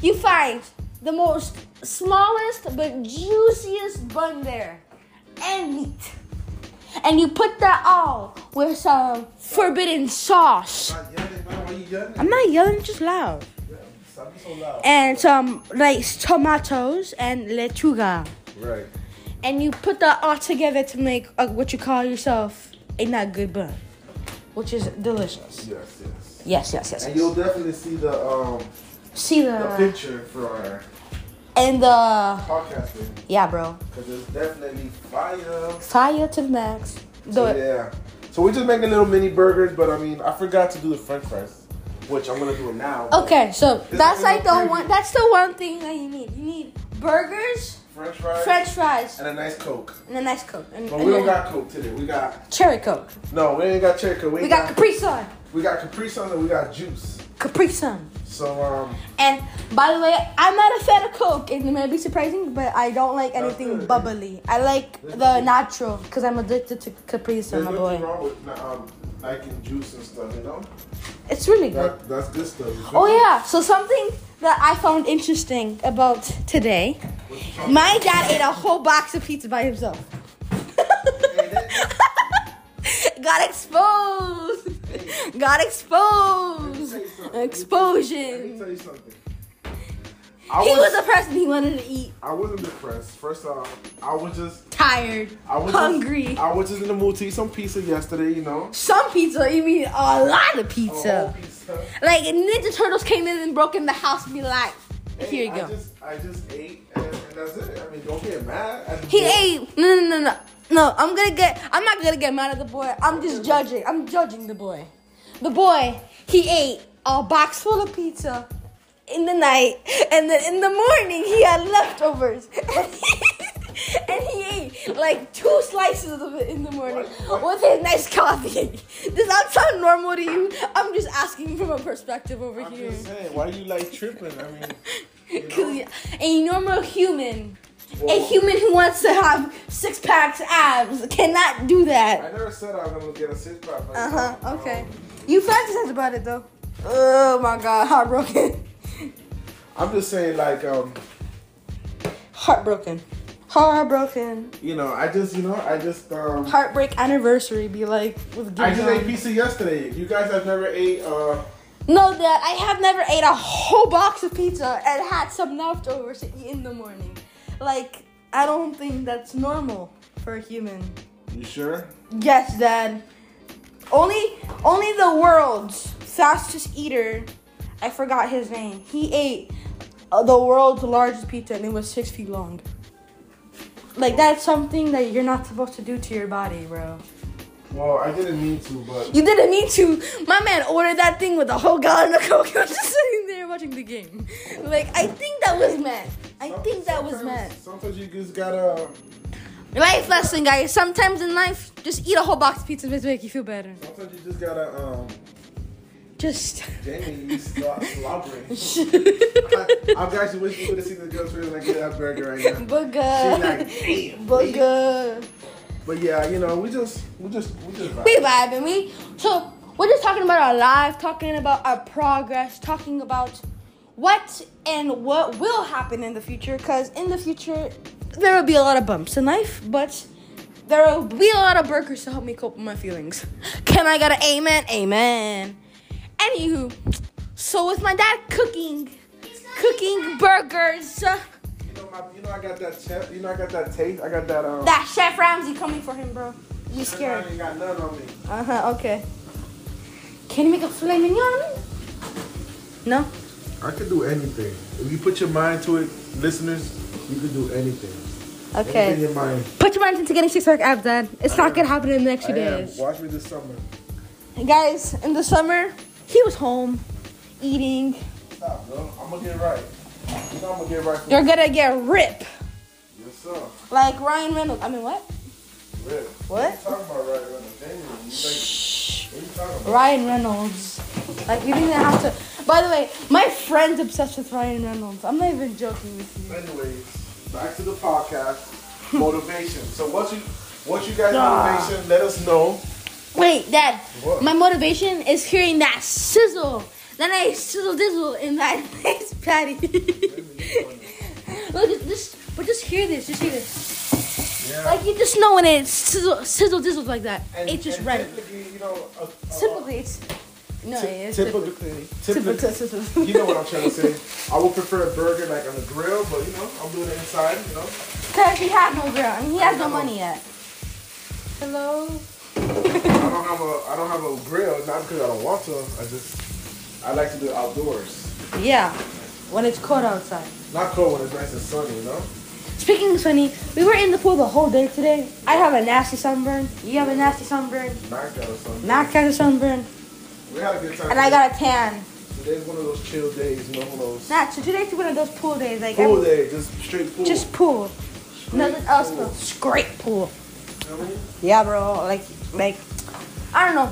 Speaker 1: you find the most smallest but juiciest bun there and meat and you put that all with some forbidden sauce i'm not yelling just loud and some like tomatoes and lechuga
Speaker 2: Right.
Speaker 1: and you put that all together to make uh what you call yourself a not good bun which is delicious
Speaker 2: Yes, yes.
Speaker 1: yes yes yes,
Speaker 2: And
Speaker 1: yes.
Speaker 2: you'll definitely see the um
Speaker 1: see
Speaker 2: the
Speaker 1: the
Speaker 2: picture for our
Speaker 1: and the
Speaker 2: podcasting
Speaker 1: yeah bro
Speaker 2: because it's definitely fire.
Speaker 1: Fire to the max.
Speaker 2: So,
Speaker 1: Do it.
Speaker 2: yeah. So we're just making little mini burgers, but I mean I forgot to do the French fries, which I'm gonna do it now. but
Speaker 1: Okay, so
Speaker 2: Is
Speaker 1: that's
Speaker 2: it
Speaker 1: like the
Speaker 2: enough gravy?
Speaker 1: one. That's the one thing that you need. You need burgers,
Speaker 2: French fries
Speaker 1: French fries,
Speaker 2: and a nice Coke.
Speaker 1: and a nice Coke, and,
Speaker 2: But
Speaker 1: and
Speaker 2: we don't
Speaker 1: a
Speaker 2: got Coke today. We got
Speaker 1: cherry Coke.
Speaker 2: no, we ain't got cherry Coke. We,
Speaker 1: We
Speaker 2: ain't
Speaker 1: got
Speaker 2: got,
Speaker 1: Capri Sun,
Speaker 2: we got Capri Sun and we got juice.
Speaker 1: Capri Sun.
Speaker 2: So um.
Speaker 1: And by the way, I'm not a fan of Coke, and it may be surprising, but I don't like anything
Speaker 2: good.
Speaker 1: bubbly. I like
Speaker 2: That's
Speaker 1: the
Speaker 2: good.
Speaker 1: natural because I'm addicted to Capri Sun, my
Speaker 2: There's nothing
Speaker 1: boy.
Speaker 2: wrong with um, liking juice and stuff, you know?
Speaker 1: It's really good.
Speaker 2: That, that's good stuff. you feel
Speaker 1: Oh
Speaker 2: me?
Speaker 1: yeah, so something that I found interesting about today. My dad ate a whole box of pizza by himself. Got exposed. Got exposed.
Speaker 2: Let me
Speaker 1: Explosion.
Speaker 2: tell you something.
Speaker 1: He
Speaker 2: I,
Speaker 1: was
Speaker 2: was,
Speaker 1: the person he wanted to eat.
Speaker 2: I wasn't depressed. First off, I was just
Speaker 1: Tired.
Speaker 2: I was
Speaker 1: Hungry.
Speaker 2: Just, I was just in the mood to eat some pizza yesterday, you know.
Speaker 1: Some pizza, you mean a lot of
Speaker 2: A whole
Speaker 1: pizza.
Speaker 2: pizza.
Speaker 1: Like Ninja Turtles came in and broke in the house and be like,
Speaker 2: Hey,
Speaker 1: here you
Speaker 2: I
Speaker 1: go.
Speaker 2: Just, I just ate and, and that's it. I mean, don't get mad. I just
Speaker 1: He
Speaker 2: did-
Speaker 1: ate. No, no, no, no. No, I'm gonna get. I'm not gonna get mad at the boy. I'm just judging. I'm judging the boy. The boy, he ate a box full of pizza in the night, and then in the morning he had leftovers. And he ate like two slices of it in the morning
Speaker 2: What?
Speaker 1: with his nice coffee. Does that sound normal to you? I'm just asking from a perspective over
Speaker 2: I'm
Speaker 1: here.
Speaker 2: just saying, why you like tripping? I mean, you know?
Speaker 1: Cause a normal human A human who wants to have six packs abs cannot do
Speaker 2: I
Speaker 1: that.
Speaker 2: never said I was gonna get a six pack. but,
Speaker 1: Uh huh.
Speaker 2: um,
Speaker 1: Okay. You fantasized about it though. Oh my god, heartbroken.
Speaker 2: I'm just saying, like, um,
Speaker 1: Heartbroken. Heartbroken.
Speaker 2: you know, I just, you know, I just, um,
Speaker 1: Heartbreak anniversary be like with
Speaker 2: I just ate
Speaker 1: Gideon.
Speaker 2: pizza yesterday. You guys have never ate, uh,
Speaker 1: No, Dad, I have never ate a whole box of pizza and had some leftovers to eat in the morning. Like, I don't think that's normal for a human.
Speaker 2: you sure?
Speaker 1: Yes, Dad. Only, only the world's fastest eater. I forgot his name. He ate uh, the world's largest pizza, and it was six feet long. Like that's something that you're not supposed to do to your body, bro.
Speaker 2: Well, I didn't mean to, but
Speaker 1: You didn't need to. My man ordered that thing with a whole gallon of coke. I was just sitting there watching the game. Like I think that was meant. I think that was meant.
Speaker 2: sometimes- Sometimes you just gotta,
Speaker 1: Life lesson, guys. Sometimes in life, just eat a whole box of pizza to make you feel better.
Speaker 2: sometimes you just gotta, um,
Speaker 1: Just.
Speaker 2: Jamie, you stop slobbering. I, I actually wish you would have seen the girl's face when I get that burger right now. She's
Speaker 1: Booga.
Speaker 2: like, damn.
Speaker 1: Booga.
Speaker 2: But yeah, you know, we just, we just, we just. vibe.
Speaker 1: We vibing. We so we're just talking about our life, talking about our progress, talking about what and what will happen in the future. Cause in the future, there will be a lot of bumps in life, but there will be a lot of burgers to help me cope with my feelings. Can I get an amen? Amen. Anywho, so with my dad cooking, cooking burgers, uh,
Speaker 2: You know, my, you know, I got that chef. You know, I got that taste. I got that. Um,
Speaker 1: that Chef Ramsey coming for him, bro. You scared?
Speaker 2: I ain't got none on me.
Speaker 1: Uh huh. Okay. Can you make a filet mignon? No.
Speaker 4: I could do anything.
Speaker 2: If you put your mind to it, listeners, you could do anything. Anything
Speaker 1: Okay.
Speaker 2: in mind.
Speaker 1: Put your mind into getting six pack abs, Dad. It's not gonna happen in the next
Speaker 2: I
Speaker 1: few
Speaker 2: am.
Speaker 1: days.
Speaker 2: Watch me this summer.
Speaker 1: Guys, in the summer, he was home, eating.
Speaker 2: Stop, bro. I'm gonna get right. You know I'm gonna get right. For
Speaker 1: You're gonna get rip,
Speaker 2: Yes, sir.
Speaker 1: like Ryan Reynolds. I mean, what?
Speaker 2: Really.
Speaker 1: What?
Speaker 2: you talking about right now, Damien? You think? What you talking about?
Speaker 1: Ryan Reynolds. Like you didn't have to. By the way, my friend's obsessed with Ryan Reynolds. I'm not even joking with you.
Speaker 2: Anyways, back to the podcast. motivation. So what you, what you guys
Speaker 1: Ah.
Speaker 2: motivation? Let us know.
Speaker 1: Wait, Dad.
Speaker 2: What?
Speaker 1: My motivation is hearing that sizzle. Then I sizzle dizzle in that nice patty. Look, just- just but just hear this, just hear this.
Speaker 2: Yeah.
Speaker 1: Like you just know when it sizzle, sizzle dizzles like that.
Speaker 2: And-
Speaker 1: it's just
Speaker 2: and
Speaker 1: right.
Speaker 2: Typically, you know. a- a-
Speaker 1: Typically, it's no,
Speaker 2: Ty-
Speaker 1: it's
Speaker 2: typically, typically,
Speaker 1: typical.
Speaker 2: you know what I'm trying to say. I would prefer a burger like on the grill, but you know, I'm doing it inside. You know,
Speaker 1: Because he has no girl and he has no
Speaker 2: Hello.
Speaker 1: money yet. Hello.
Speaker 2: I don't have a, I don't have a grill, not because I don't want to. I just, I like to do it outdoors.
Speaker 1: Yeah, when it's cold outside.
Speaker 2: Not cold when it's nice and sunny, you know.
Speaker 1: Speaking of sunny, we were in the pool the whole day today. I have a nasty sunburn. You have a nasty sunburn.
Speaker 2: Knocked out or something.
Speaker 1: Mac has a sunburn,
Speaker 2: We had a good time.
Speaker 1: and I got a tan.
Speaker 2: Today's one of those chill days, you know, one of those
Speaker 1: Nah, so today's one of those pool Mm-hmm. days. Like
Speaker 2: pool
Speaker 1: I'm-
Speaker 2: day, just straight pool.
Speaker 1: just pool,
Speaker 2: Straight
Speaker 1: nothing else.
Speaker 2: pool,
Speaker 1: But straight pool.
Speaker 2: you know what I mean?
Speaker 1: Yeah, bro. Like, like, I don't know.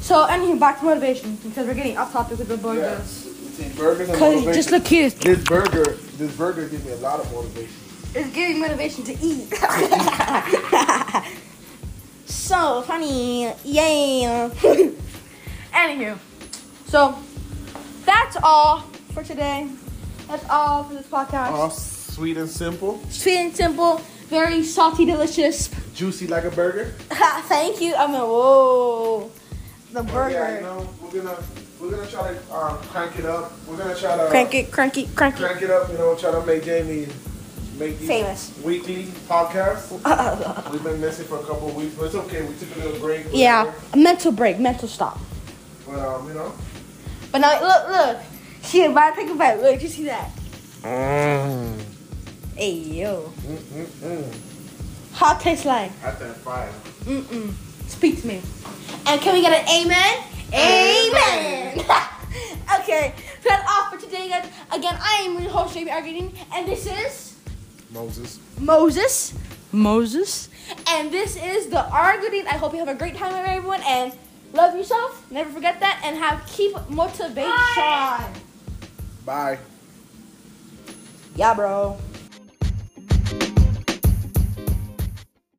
Speaker 1: So, anyway, back to motivation because we're getting off topic with the
Speaker 2: Yeah.
Speaker 1: burgers.
Speaker 2: See, burgers and
Speaker 1: Cause
Speaker 2: motivation.
Speaker 1: just look here,
Speaker 2: this burger, this burger gave me a lot of motivation.
Speaker 1: it's giving motivation to eat. so funny, yeah. Anywho, so that's all for today. That's all for this podcast.
Speaker 2: All Oh, sweet and simple,
Speaker 1: Sweet and simple, very salty, delicious.
Speaker 2: juicy like a burger.
Speaker 1: Thank you. I mean, whoa, the burger.
Speaker 2: Oh, Yeah, you know, we're gonna we're gonna try to um, crank it up. We're gonna try to
Speaker 1: crank it, crank it, crank it.
Speaker 2: crank it up. You know, try to make Jamie make these
Speaker 1: Famous.
Speaker 2: weekly podcasts.
Speaker 1: Uh,
Speaker 2: We've been missing for a couple of weeks, but it's okay. We took a little break. whatever.
Speaker 1: Yeah, a mental break, mental stop.
Speaker 2: But um, you know,
Speaker 1: But now look, look, here, but I take a bite. Look, you see that?
Speaker 2: Mm.
Speaker 1: Hey yo, hot taste like.
Speaker 2: at that fire.
Speaker 1: Mm mm. Speak to me. And can we get an amen? Amen. okay, so that's all for today, guys. Again, I am your host, JB Argentine, and this is.
Speaker 2: Moses.
Speaker 1: Moses. Moses. And this is the Argoline. I hope you have a great time, everyone, and love yourself. Never forget that, and have keep motivation.
Speaker 2: Bye.
Speaker 1: Yeah, bro.